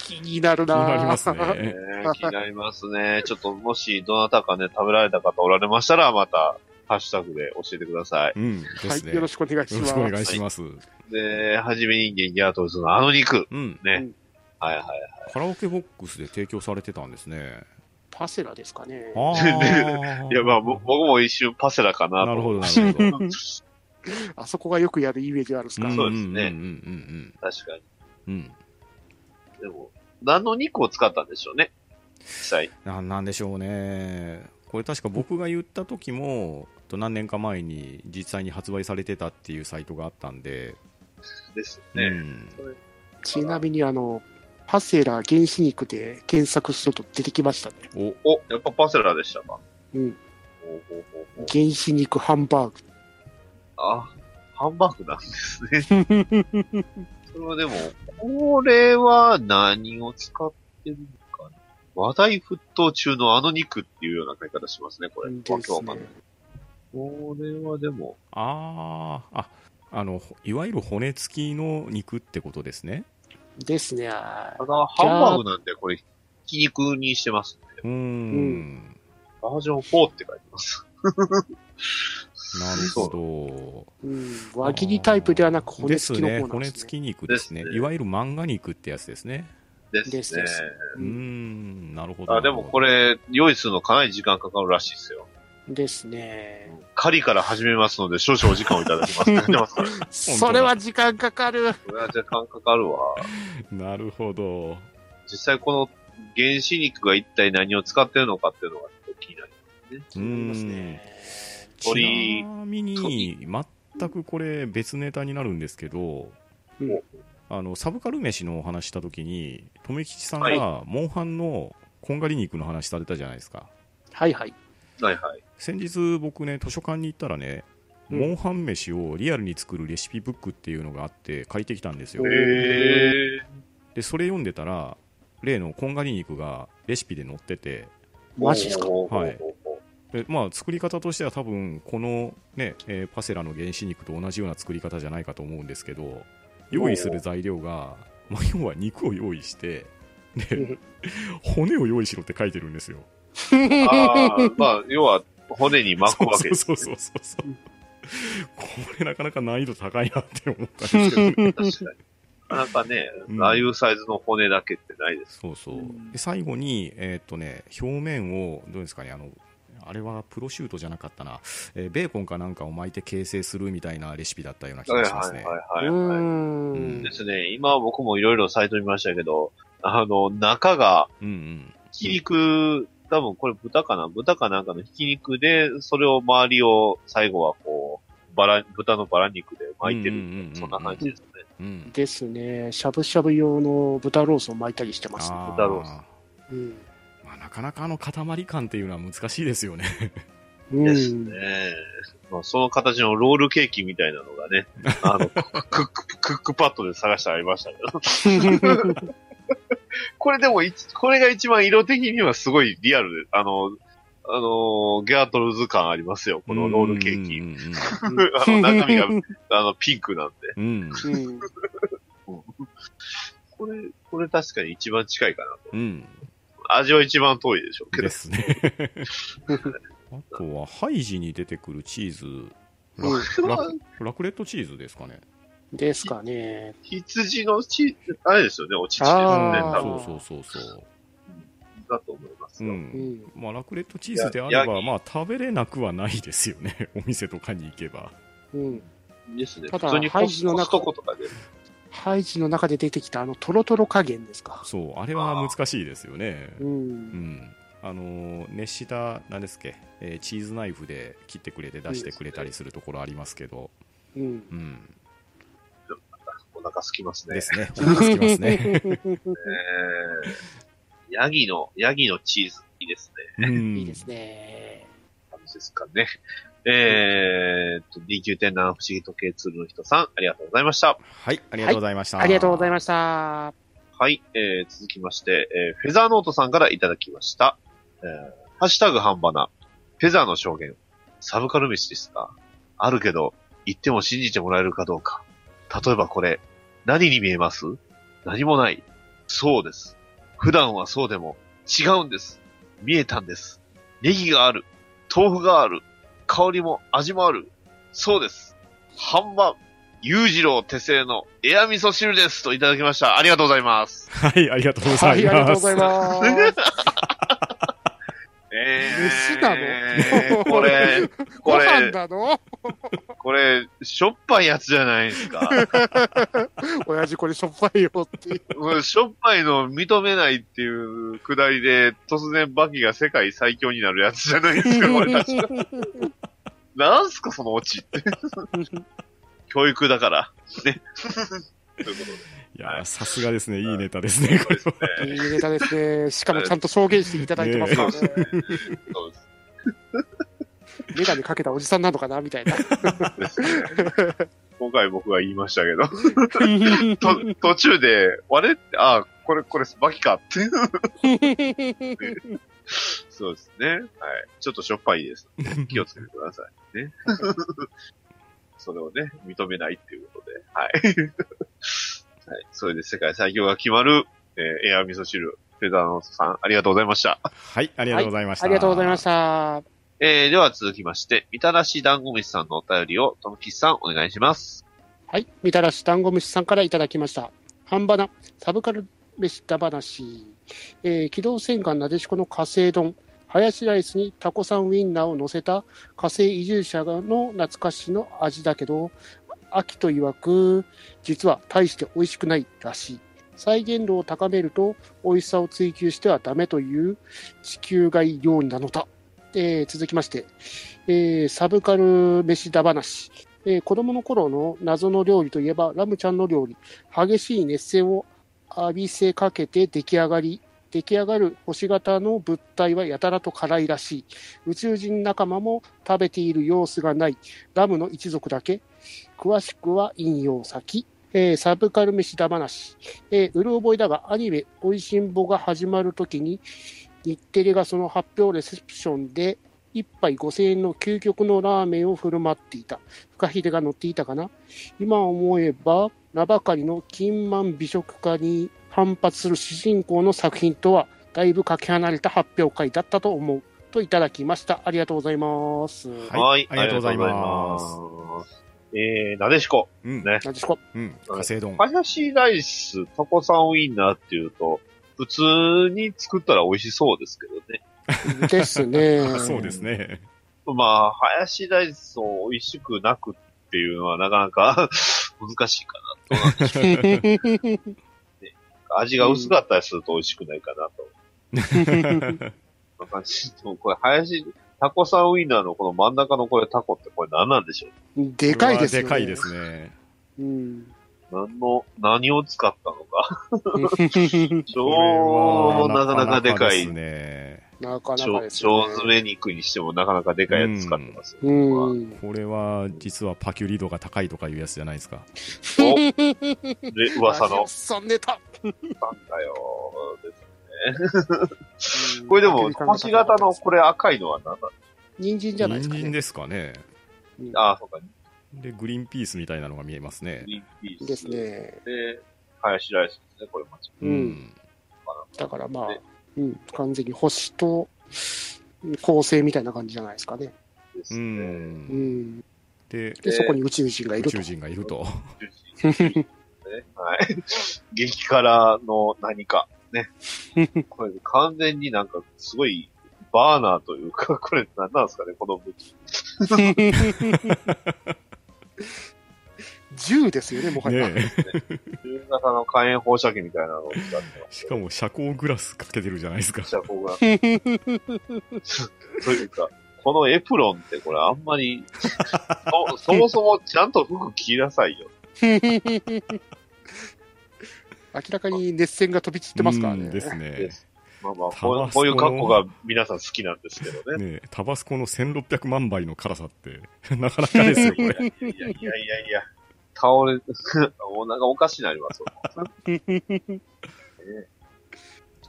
Speaker 2: 気になる
Speaker 1: 気
Speaker 2: な
Speaker 1: に
Speaker 2: ぁ
Speaker 1: なります
Speaker 3: ね
Speaker 1: ね
Speaker 3: 気になりますね。ちょっと、もし、どなたかね、食べられた方おられましたら、また、ハッシュタグで教えてください。
Speaker 1: うんですね、
Speaker 2: はい、よろしくお願いし
Speaker 1: よ
Speaker 2: ま
Speaker 1: ろ
Speaker 2: す。
Speaker 1: しくお願いします、
Speaker 3: で、はじめ人間ギャートルズのあの肉。
Speaker 1: うん
Speaker 3: ね。はいはい。
Speaker 1: カラオケボックスで提供されてたんですね
Speaker 2: パセラですかね。
Speaker 1: ああ
Speaker 3: いや、まあ、ぼ僕も一瞬パセラかなと。
Speaker 1: なるほど、なるほど。
Speaker 2: あそこがよくやるイメージあるんですか。
Speaker 3: そうですね
Speaker 1: うんうん
Speaker 3: 確かに。
Speaker 1: うんうんうん。
Speaker 3: でも、何の肉を使ったんでしょうね。実際。
Speaker 1: なんなんでしょうね。これ確か僕が言った時も、と何年か前に実際に発売されてたっていうサイトがあったんで、
Speaker 3: ですよ
Speaker 1: う
Speaker 3: ね。
Speaker 1: ん、
Speaker 2: ちなみに、あの、パセラ原子肉で検索すると出てきましたね。
Speaker 1: お
Speaker 3: お、やっぱパセラでしたか。
Speaker 2: うん。
Speaker 3: ほうほうほうほう
Speaker 2: 原子肉ハンバーグ。
Speaker 3: あ、ハンバーグなんですね。 それはでも、これは何を使ってるのかな話題沸騰中のあの肉っていうような買い方しますね、これ。
Speaker 2: で
Speaker 3: わけわ
Speaker 2: す
Speaker 3: かんない
Speaker 2: ね。
Speaker 3: これはでも、
Speaker 1: あーあ、あの、いわゆる骨付きの肉ってことですね。
Speaker 2: ですね。あ
Speaker 3: ただ、ハンバーグなんで、これ、ひき肉にしてますね。
Speaker 1: うーん
Speaker 2: ん
Speaker 3: バージョン4って書いて ます。
Speaker 1: なるほど。
Speaker 2: ーうん。輪切りタイプではなく骨付きの
Speaker 1: ですね
Speaker 2: 方なん
Speaker 1: 骨
Speaker 2: で
Speaker 1: 付
Speaker 2: すね。
Speaker 1: き肉ですね
Speaker 3: ですね
Speaker 1: いわゆる漫画肉ってやつですね
Speaker 3: ですね。
Speaker 2: ですです
Speaker 1: う
Speaker 2: う
Speaker 1: ー
Speaker 2: ん
Speaker 1: んなるほど
Speaker 3: あでもこれ、用意するのかなり時間かかるらしいですよ。
Speaker 2: ですね。
Speaker 3: 狩りから始めますので、少々お時間をいただきます。書いてますから。
Speaker 2: それは時間かかる。
Speaker 3: これは時間かかるわ。
Speaker 1: なるほど
Speaker 3: 実際この原子肉が一体何を使ってるのかっていうのがちょっと気になる。
Speaker 1: うー
Speaker 2: あります
Speaker 1: ん
Speaker 2: ね。
Speaker 1: ち
Speaker 3: 鳥
Speaker 1: なみに全くこれ別ネタになるんですけど、
Speaker 2: うん
Speaker 1: あのサブカル飯のお話した時に留吉さん
Speaker 3: は
Speaker 1: がモンハンのこんがり肉の話されたじゃないですか
Speaker 2: はいはい。
Speaker 3: はいはい。
Speaker 1: 先日僕ね図書館に行ったらね
Speaker 2: うん
Speaker 1: モンハン飯をリアルに作るレシピブックっていうのがあって借りてきたんですよ
Speaker 3: へ
Speaker 2: へー
Speaker 3: え。
Speaker 1: でそれ読んでたら例のこんがり肉がレシピで載ってて
Speaker 2: マジっすか
Speaker 3: ほうほうほうほ
Speaker 1: で、まあ、作り方としては多分この、ねえーパセラの原子肉と同じような作り方じゃないかと思うんですけど用意する材料が、まあ、要は肉を用意して
Speaker 2: うん
Speaker 1: で骨を用意しろって書いてるんですよ。
Speaker 3: うああ、まあ、要は、骨に巻くわけです。
Speaker 1: そうそうそうそうそうこれなかなか難易度高いなって思ったんですけどね
Speaker 3: 確かに。なんかね、
Speaker 1: うん
Speaker 3: ああいうサイズの骨だけってないです。
Speaker 1: そうそう
Speaker 2: うん
Speaker 1: で最後に、えーっとね、表面をどうですかねあのあれはプロシュートじゃなかったな、えーベーコンかなんかを巻いて形成するみたいなレシピだったような気
Speaker 3: はい
Speaker 1: が
Speaker 3: は
Speaker 1: します
Speaker 3: い
Speaker 1: ね。
Speaker 3: は
Speaker 2: う
Speaker 3: いはい。
Speaker 2: ー
Speaker 1: うん
Speaker 2: ん
Speaker 3: で。すね、今僕もいろいろサイト見ましたけど、あの、中が、
Speaker 1: うんうん
Speaker 3: ひき肉、多分これ豚かな豚かなんかのひき肉で、それを周りを最後はこう、バラ、豚のバラ肉で巻いて
Speaker 1: うんうんうんう
Speaker 3: る
Speaker 1: ん。
Speaker 3: そんな感じですよね。
Speaker 1: うん
Speaker 2: ですね。しゃぶしゃぶ用の豚ロースを巻いたりしてますね。
Speaker 1: あー
Speaker 3: 豚ロース
Speaker 2: うん。
Speaker 1: まあ、なかなかあの塊感っていうのは難しいですよね
Speaker 2: うん
Speaker 3: ですね。 まあ、その形のロールケーキみたいなの がね、あの、クック、クックパッドで探してありましたけど。 これでも一、これが一番色的にはすごいリアルで、あの、あの、ギャートルズ感ありますよ。このロールケーキ。
Speaker 1: キ
Speaker 3: あの、中身が、あの、ピンクなんで。
Speaker 1: うん
Speaker 2: うん。
Speaker 3: これ、これ確かに一番近いかなと。
Speaker 1: うん
Speaker 3: 味は一番遠いでしょうけど
Speaker 1: で。す ねあとはハイジに出てくるチーズ
Speaker 2: うん
Speaker 1: ラクラクレットチーズですかね
Speaker 2: ですかね。
Speaker 3: 羊の血、あれですよね、お乳ですよね、
Speaker 2: あ
Speaker 3: 多
Speaker 2: ー
Speaker 1: う
Speaker 3: 分
Speaker 1: んそうそうそうそ
Speaker 3: だと思います
Speaker 1: う、う
Speaker 3: よ。
Speaker 2: うんん。
Speaker 1: まあ、ラクレットチーズであれ
Speaker 3: や
Speaker 1: ば、
Speaker 3: ヤギ
Speaker 1: まあ、食べれなくはないですよね お店とかに行けば
Speaker 2: うん。
Speaker 3: ですね。
Speaker 2: ただ
Speaker 3: 普通にコ
Speaker 2: ハイジ
Speaker 3: ス
Speaker 2: の
Speaker 3: コ
Speaker 2: 中
Speaker 3: ストコとかで。
Speaker 2: ハイジの中で出てきたあのトロトロ加減ですか。
Speaker 1: そうあれは難しいですよね
Speaker 2: う。
Speaker 1: うんん、あのー熱した何ですっけ、えーチーズナイフで切ってくれて出してくれたりするところありますけど、
Speaker 2: うん。
Speaker 1: うん、
Speaker 3: お腹空きますね。
Speaker 1: です ね、お腹すきますね、
Speaker 3: えーヤギの、ヤギのチーズ、いいですね。
Speaker 1: うん
Speaker 2: いいですね。
Speaker 3: 感じですかね。えーっと、D9.7 不思議時計ツールの人さん、ありがとうございました。
Speaker 1: はい、ありがとうございました。
Speaker 2: ありがとうござい
Speaker 1: ま
Speaker 2: ました。
Speaker 3: はい、えー、続きまして、えー、フェザーノートさんからいただきました。えー、ハッシュタグ半ばな、フェザーの証言、サブカル飯ですかあるけど、言っても信じてもらえるかどうか。例えばこれ、何に見えます何もない。そうです。普段はそうでも、違うんです。見えたんです。ネギがある。豆腐がある。香りも味もある。そうです。半ば、裕次郎手製のエア味噌汁です。といただきました。ありがとうございます。
Speaker 1: す。はい、ありがとうご
Speaker 2: は
Speaker 1: ざい
Speaker 2: い、ありがと
Speaker 1: ま
Speaker 2: うござ
Speaker 1: す。
Speaker 2: います。
Speaker 3: えー、
Speaker 2: 飯なの
Speaker 3: これ、
Speaker 2: ご
Speaker 3: こ
Speaker 2: 飯
Speaker 3: れ、
Speaker 2: なの
Speaker 3: これ、しょっぱいやつじゃないですか。
Speaker 2: 親父これしょっぱいよっていう。
Speaker 3: もうしょっぱいの認めないっていうくだりで、突然バキが世界最強になるやつじゃないで すか、これ確か。なんすか、そのオチって。教育だから。ね。ということで。
Speaker 1: いやー、さすがですね。いいネタですね、これは。
Speaker 2: いいネタですね。しかもちゃんと証言していただいてますからね。
Speaker 3: そうです
Speaker 2: メガネかけたおじさんなのかなみた いな。
Speaker 3: 今回僕が言いましたけど、と途中で、あれあ、これ、これ、バキかって。そうですね。はい。ちょっとしょっぱいです。気をつけてくださいね。 それをね、認めないっていうことで。はい。 はい。それで世界最強が決まる、えーエア味噌汁、フェザーノートさん、ありがとうございました。
Speaker 1: はい、ありがとうございました。。
Speaker 2: ありがとうございましたた。
Speaker 3: えー、では続きまして、みたらし団子飯さんのお便りを、とむきさん、お願いします。
Speaker 2: はい。みたらし団子虫さんからいただきました。半ばな、サブカル飯だ話。えー、機動戦艦なでしこの火星丼。ハヤシライスにタコさんウインナーを乗せた火星移住者の懐かしの味だけど、秋と曰く、実は大して美味しくないらしい。再現度を高めると美味しさを追求してはダメという地球外料理なのだ。えー続きまして、えーサブカル飯だ話。えー子供の頃の謎の料理といえばラムちゃんの料理激しい熱戦を浴びせかけて出来上がり出来上がる星型の物体はやたらと辛いらしい宇宙人仲間も食べている様子がないラムの一族だけ詳しくは引用先えーサブカル飯だ話、えーうる覚えだがアニメ「おいしんぼ」が始まるときに日テレがその発表レセプションで1杯5000円の究極のラーメンを振る舞っていたフカヒレが乗っていたかな今思えば名ばかりの金満美食家に反発する主人公の作品とはだいぶかけ離れた発表会だったと思うといただきましたありがとうございます、
Speaker 1: はいありがとうございます
Speaker 3: ありがとうございます。えー、なでしこ。
Speaker 1: うん、
Speaker 3: ね
Speaker 2: なんでしょう
Speaker 1: うん、火星丼。
Speaker 3: ハヤシライス、タコさんウインナーっていうと、普通に作ったら美味しそうですけどね。
Speaker 2: ですね
Speaker 1: そうですね。
Speaker 3: まあ、ハヤシライスを美味しくなくっていうのはなかなか 難しいかな。どうなんでしょうか味が薄かったりすると美味しくないかなと。まあ感じで もこれ、ハヤシ、タコさんウインナーのこの真ん中のこれタコってこれ何なんでしょ
Speaker 2: でかいです
Speaker 1: う
Speaker 2: よ、
Speaker 1: わでかいで、すね。
Speaker 2: うん、
Speaker 3: う何の、何を使ったの か。超、
Speaker 1: これ
Speaker 3: な
Speaker 1: は
Speaker 3: かなかでか
Speaker 1: で
Speaker 3: い
Speaker 1: す。ね。
Speaker 2: なかなか
Speaker 3: 小
Speaker 2: です、ね。
Speaker 3: 詰め肉にしてもなかなかでかいやつ使ってますよ、
Speaker 2: うん。
Speaker 1: これは、実はパキュリ度が高いとかいうやつじゃないですか。
Speaker 3: おで噂 の
Speaker 2: そんネタ。
Speaker 3: なんだよこれでも、星型のこれ赤いのは何な
Speaker 2: 人参じゃないです
Speaker 1: 人
Speaker 2: か
Speaker 1: 参
Speaker 2: ね。
Speaker 1: ですかね。
Speaker 3: のああ、そうか、
Speaker 1: で、グリーンピースみたいなのが見えますね。
Speaker 3: リーンピース。
Speaker 2: です。ね。
Speaker 3: で、ハヤシライスですね、これも。
Speaker 2: うん
Speaker 1: うん。
Speaker 2: だからまあ
Speaker 3: ね、
Speaker 2: うん、完全に星と構成みたいな感じじゃないですかね。
Speaker 3: です
Speaker 1: う。
Speaker 3: ね。
Speaker 2: うんん。
Speaker 1: で、
Speaker 2: で、
Speaker 3: ね
Speaker 2: そこに宇宙人がい
Speaker 1: 宇
Speaker 2: ると
Speaker 1: 宙。人がいると。
Speaker 3: ジューシーね、はい。 激辛の何か。ね。これ完全になんかすごいバーナーというか、 これ何なんですかね、この武器。
Speaker 2: 銃ですよね、も はや。
Speaker 1: ねえ。
Speaker 3: 中型の火炎放射器みたいなのを使ってます。
Speaker 1: しかも、遮光グラスかけてるじゃないですか。
Speaker 3: じゃあ僕が。というか、 このエプロンってこれあんまり、そそもそもちゃんと服着なさいよ。
Speaker 2: 明らかに熱戦が飛び散ってますから
Speaker 1: うん
Speaker 2: ね。
Speaker 1: ですね。
Speaker 3: まあまあ、
Speaker 1: タバ
Speaker 3: こ
Speaker 1: スコ
Speaker 3: うこういう格好が皆さん好きなんですけどね。
Speaker 1: ねえタバスコの1600万倍の辛さって、 なかなかですよ、これ。
Speaker 3: いやいやいやいや、倒れ、 お腹おかしになりますよ。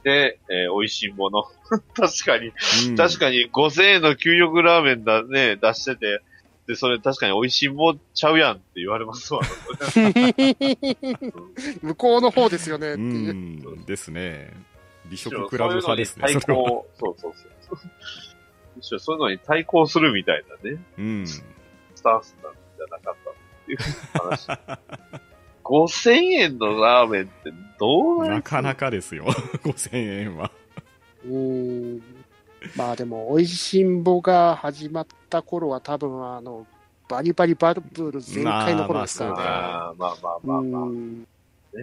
Speaker 3: で、えー美味しいもの。 確かに、
Speaker 1: うん
Speaker 3: 確かに5000円の究極ラーメンだね、出してて、で、それ確かに美味しいもんちゃうやんって言われますわ。
Speaker 2: 向こうの方ですよね、って
Speaker 1: う
Speaker 2: いう。
Speaker 1: ん、ですね。美
Speaker 3: むしろ
Speaker 1: 食クラブ派ですね、
Speaker 3: そういうのに
Speaker 1: それは。
Speaker 3: 対抗、そうそうそう。 むしろそういうのに対抗するみたいなね、
Speaker 1: うん。
Speaker 3: スタンスなんじゃなかったっていう話。5000円のラーメンってどう
Speaker 1: なかな
Speaker 3: か。
Speaker 1: かですよ、5000円は。
Speaker 2: うん。まあでも、美味しんぼが始まった頃は多分、あの、バリバリバルブール全開の頃ですからね。
Speaker 3: あーまあまあまあまあ。
Speaker 2: うん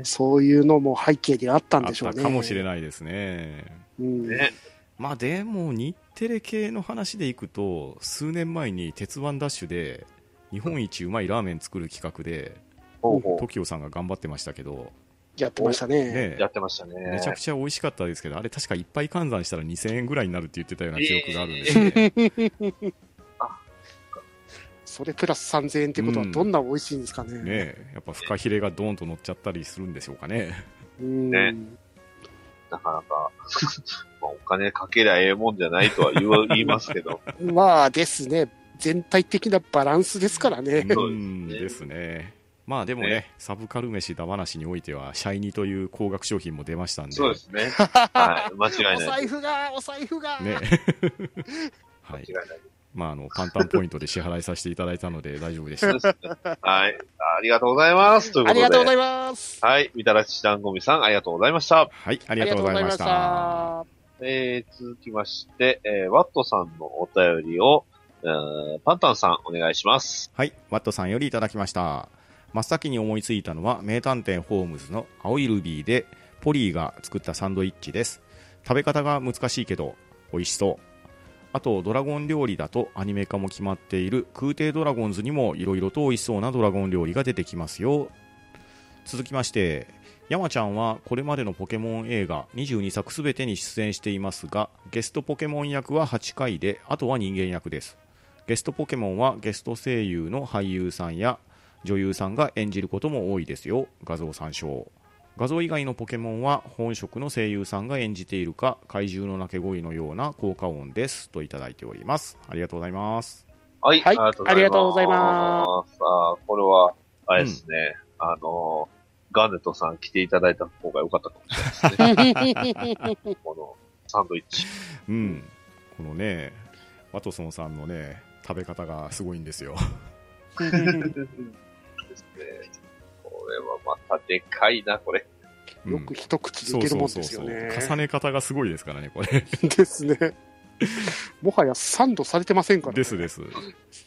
Speaker 2: そういうのも背景にあったん
Speaker 1: あ
Speaker 2: で
Speaker 1: っ
Speaker 2: しょう
Speaker 1: た
Speaker 2: ね。
Speaker 1: かもしれないですね。
Speaker 2: うん
Speaker 3: ね。
Speaker 1: まあでも、日テレ系の話でいくと、数年前に鉄腕ダッシュで、日本一うまいラーメン作る企画で、
Speaker 3: ほうほ
Speaker 1: TOKIO さんが頑張ってましたけど、
Speaker 2: やってましたね。
Speaker 1: ね
Speaker 3: う。やってましたね。
Speaker 1: めちゃくちゃ美味しかったですけど、あれ確か一杯換算したら2000円ぐらいになるって言ってたような記憶があるんですよね。
Speaker 2: それプラス3000円ってことはどんな美味しいんですかね。
Speaker 1: ねやっぱフカヒレがドーンと乗っちゃったりするんでしょうかね。
Speaker 2: うん
Speaker 3: ねなかなか、 まあお金かけりゃええもんじゃないとは言 わ言いますけど、
Speaker 2: まあですね。全体的なバランスですからね。
Speaker 3: そ
Speaker 1: う
Speaker 3: うですね
Speaker 1: んですね。まあでもね、
Speaker 3: ね
Speaker 1: サブカル飯だ話においては、シャイニという高額商品も出ましたんで、
Speaker 3: そうですね。はい、間違
Speaker 2: お
Speaker 3: いない。
Speaker 2: 財布が、お財布が。
Speaker 1: ね。は
Speaker 3: 間違
Speaker 1: い
Speaker 3: い。ない。
Speaker 1: まあ、あの、簡単ポイントで支払いさせていただいたので大丈夫でし
Speaker 3: そう
Speaker 1: た
Speaker 3: で。すね。はい、ありがとうございます。という
Speaker 2: あ
Speaker 3: こと
Speaker 2: り
Speaker 3: で。
Speaker 2: がとうございます。
Speaker 3: はい、みたらし団子みさん、ありがとうございました。
Speaker 1: はい、あ
Speaker 2: あ
Speaker 1: りがとうございました。
Speaker 2: りがとうございま
Speaker 3: えー、続きまして、えー、ワットさんのお便りを、えーパンタンさん、お願いします。
Speaker 1: はい、ワットさんよりいただきました。真っ先に思いついたのは、名探偵ホームズの青いルビーで、ポリーが作ったサンドイッチです。食べ方が難しいけど、美味しそう。あと、ドラゴン料理だとアニメ化も決まっている空挺ドラゴンズにもいろいろと美味しそうなドラゴン料理が出てきますよ。続きまして、山ちゃんはこれまでのポケモン映画22作すべてに出演していますが、ゲストポケモン役は8回で、あとは人間役です。ゲストポケモンはゲスト声優の俳優さんや女優さんが演じることも多いですよ画像参照画像以外のポケモンは本職の声優さんが演じているか怪獣の鳴け声のような効果音ですといただいておりますありがとうございます
Speaker 3: はい、
Speaker 2: はい
Speaker 3: ありがとうござい
Speaker 2: ありがと
Speaker 3: ます。あーこれは、あれですね、あのーガーネットさん来ていただいた方が良かったかもしれないですね。このサンドイッチ。
Speaker 1: うんこのねワトソンさんのね食べ方がすごいんですよ
Speaker 2: す。
Speaker 3: ですね。これはまたでかいな、これ。
Speaker 1: うん
Speaker 2: よく一口で
Speaker 1: そ
Speaker 2: いうける
Speaker 1: そ
Speaker 2: も
Speaker 1: うんそ
Speaker 2: で
Speaker 1: う
Speaker 2: す
Speaker 1: そ
Speaker 2: よ
Speaker 1: う
Speaker 2: ね。
Speaker 1: 重ね方がすごいですからねこれ
Speaker 2: ですね。もはやサンドされてませんからね。
Speaker 1: ですですト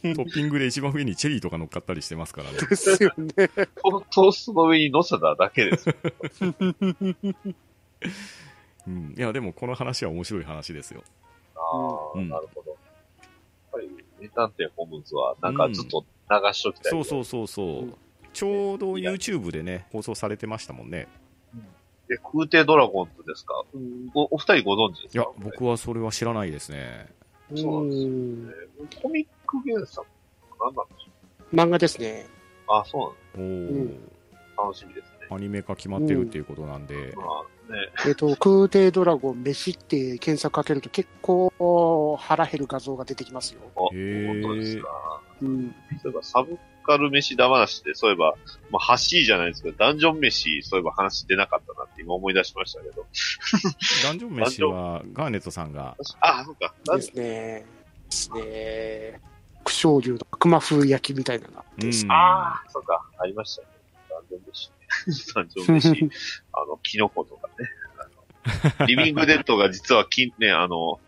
Speaker 1: ッピングで一番上にチェリーとか乗っかったりしてますからね
Speaker 2: ですよね。
Speaker 3: トーストの上に乗せただけです。
Speaker 1: うんいやでもこの話は面白い話ですよ
Speaker 3: ああ、
Speaker 1: うん
Speaker 3: なるほど。やっぱり、名探偵ホームズは、なんかずっと流しときたい、
Speaker 1: そうそうそうそう、
Speaker 2: うん
Speaker 1: ちょうど YouTube でね放送されてましたもんね
Speaker 3: で、空挺ドラゴンズですかおお二人ご存知で
Speaker 1: い
Speaker 3: す
Speaker 1: や
Speaker 3: か
Speaker 1: 僕はそれは知らないですね
Speaker 3: そうなんですよ
Speaker 2: うん
Speaker 3: コミック原作なんなんでしょ
Speaker 2: 漫画ですね。
Speaker 3: うあ、そうなんで
Speaker 1: おお、
Speaker 3: す楽
Speaker 2: ん
Speaker 3: しみですね。
Speaker 1: アニメ化決まってるっていうことなんで、
Speaker 3: まあね、
Speaker 2: えっ、と、空挺ドラゴン飯って検索かけると結構腹減る画像が出てきますよ。
Speaker 3: あ、本
Speaker 1: へー
Speaker 3: 当ですか。
Speaker 2: うん。
Speaker 3: そういえば、サブカル飯だ話で、そういえば、まあ、橋じゃないですけど、ダンジョン飯、そういえば話出なかったなって今思い出しましたけど。
Speaker 1: ダンジョン飯はガーネットさんが
Speaker 3: あ、そうか。ダン
Speaker 2: ですね。ですね。苦笑流の悪魔風焼きみたいな のがあっ
Speaker 1: う
Speaker 2: て
Speaker 1: ん
Speaker 3: ああ、そうか。ありましたね。ダンジョン飯。ダンジョン 飯。あの、キノコとかね。あのリビングデッドが実は金、ね、あの、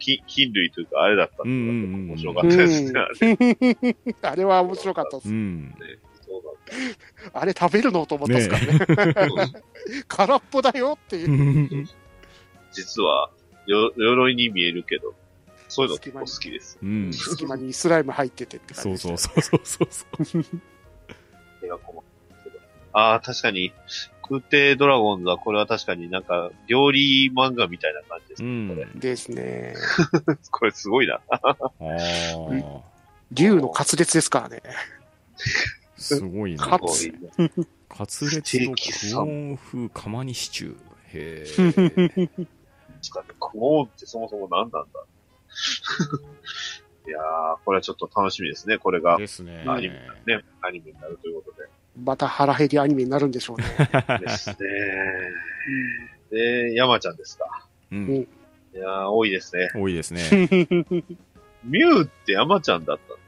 Speaker 3: 金、菌類というか、あれだったのが
Speaker 1: うんうんうん
Speaker 3: 面白かったですね。
Speaker 2: うん
Speaker 3: あれ
Speaker 2: あれは面白かったです
Speaker 1: う。ん
Speaker 3: ねそうなんだ
Speaker 2: あれ食べるのと思ったんですからね。 空っぽだよっていう。
Speaker 3: 実は、よ、鎧に見えるけど、そういうの結構好きです。
Speaker 1: うん
Speaker 2: 隙間にスライム入っててって
Speaker 1: そ
Speaker 2: 感
Speaker 1: う
Speaker 2: じ
Speaker 1: そうそうそうそうそう
Speaker 3: 手が細かいけどああ、確かに、空挺ドラゴンズは、これは確かになんか、料理漫画みたいな感じです
Speaker 1: う
Speaker 3: ね。
Speaker 1: ん
Speaker 2: ですね。
Speaker 3: これすごいな。
Speaker 1: ああ
Speaker 2: 竜の滑舌ですからね。
Speaker 1: すごい
Speaker 3: す
Speaker 1: な
Speaker 2: カ
Speaker 3: ごい
Speaker 2: ツ
Speaker 3: な。
Speaker 1: カツレツとクオン風釜にシチューへえ
Speaker 3: ですかね。クオーンってそもそも何なんだ いやー、これはちょっと楽しみですね。これが、ね、
Speaker 1: ですね
Speaker 3: アニメアニメになるということ
Speaker 2: また腹減りアニメになるんでしょう ね。
Speaker 3: で。ですね。で、山ちゃんですか。
Speaker 1: うん
Speaker 3: いやー、多いですね。
Speaker 1: 多いですね
Speaker 2: で
Speaker 3: ミュウって山ちゃんだったの。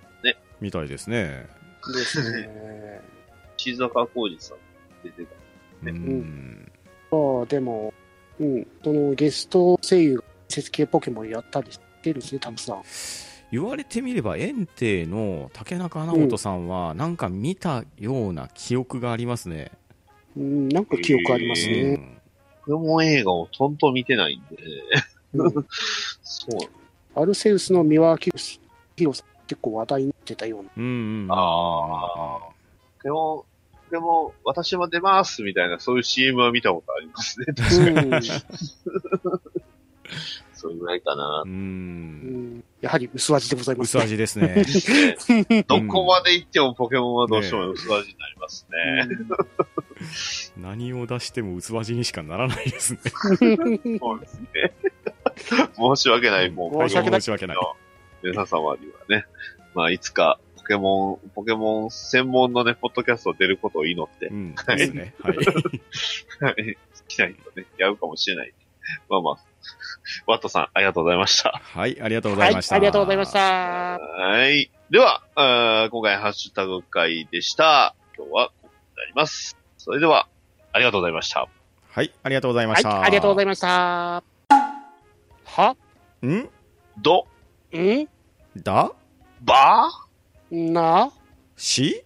Speaker 1: みたいですね
Speaker 2: すね。
Speaker 3: 木坂浩二さん出てた。
Speaker 1: うん
Speaker 2: まあでも、うん、そのゲスト声優、節系ポケモンやったりしてるんですね、タムさん。
Speaker 1: 言われてみれば、炎帝の竹中直人さんは、なんか見たような記憶がありますね。
Speaker 2: うん、なんか記憶あります
Speaker 1: う
Speaker 2: ね。
Speaker 1: ん
Speaker 3: 僕も映画をとんと見てないんで、
Speaker 2: うん
Speaker 3: そう。
Speaker 2: アルセウスの三輪明宏さん、結構話題になってたような。
Speaker 1: うんうんうん。
Speaker 3: ああ。ポケモン、ポケモン、私も出ますみたいな、そういう CM は見たことあります ね。
Speaker 2: うん
Speaker 3: それぐらいかな
Speaker 1: う。。
Speaker 2: うんんやはり薄味でございます
Speaker 1: 薄
Speaker 2: ね。
Speaker 1: 味です ね。
Speaker 3: どこまで行ってもポケモンはどうしても薄味になりますね。
Speaker 1: 何を出しても薄味にしかならないですね。
Speaker 3: そうですね。申し訳ない、もう。
Speaker 2: 申し訳ない
Speaker 1: 申し訳ない。
Speaker 3: 皆様にはね、まあ、いつか、ポケモン、ポケモン専門のね、ポッドキャスト出ることを祈って
Speaker 1: う、ん。ですね。はい。
Speaker 3: はい来ないとね、やるかもしれない。まあまあ、ワットさん、ありがとうございました。
Speaker 1: はい、ありがとうご
Speaker 2: は
Speaker 1: ざい
Speaker 2: い
Speaker 1: まし、た。
Speaker 2: ありがとうございまし。た。
Speaker 3: はい。では、あー今回ハッシュタグ会でした。今日はここになります。それでは、ありがとうございました。
Speaker 1: はい、ありがとうございま
Speaker 2: は
Speaker 1: し
Speaker 2: い、
Speaker 1: た。
Speaker 2: ありがとうござ
Speaker 1: い
Speaker 2: いました。は
Speaker 1: ます。ん
Speaker 3: ど、
Speaker 2: ん
Speaker 1: だ
Speaker 3: ば
Speaker 2: な
Speaker 1: し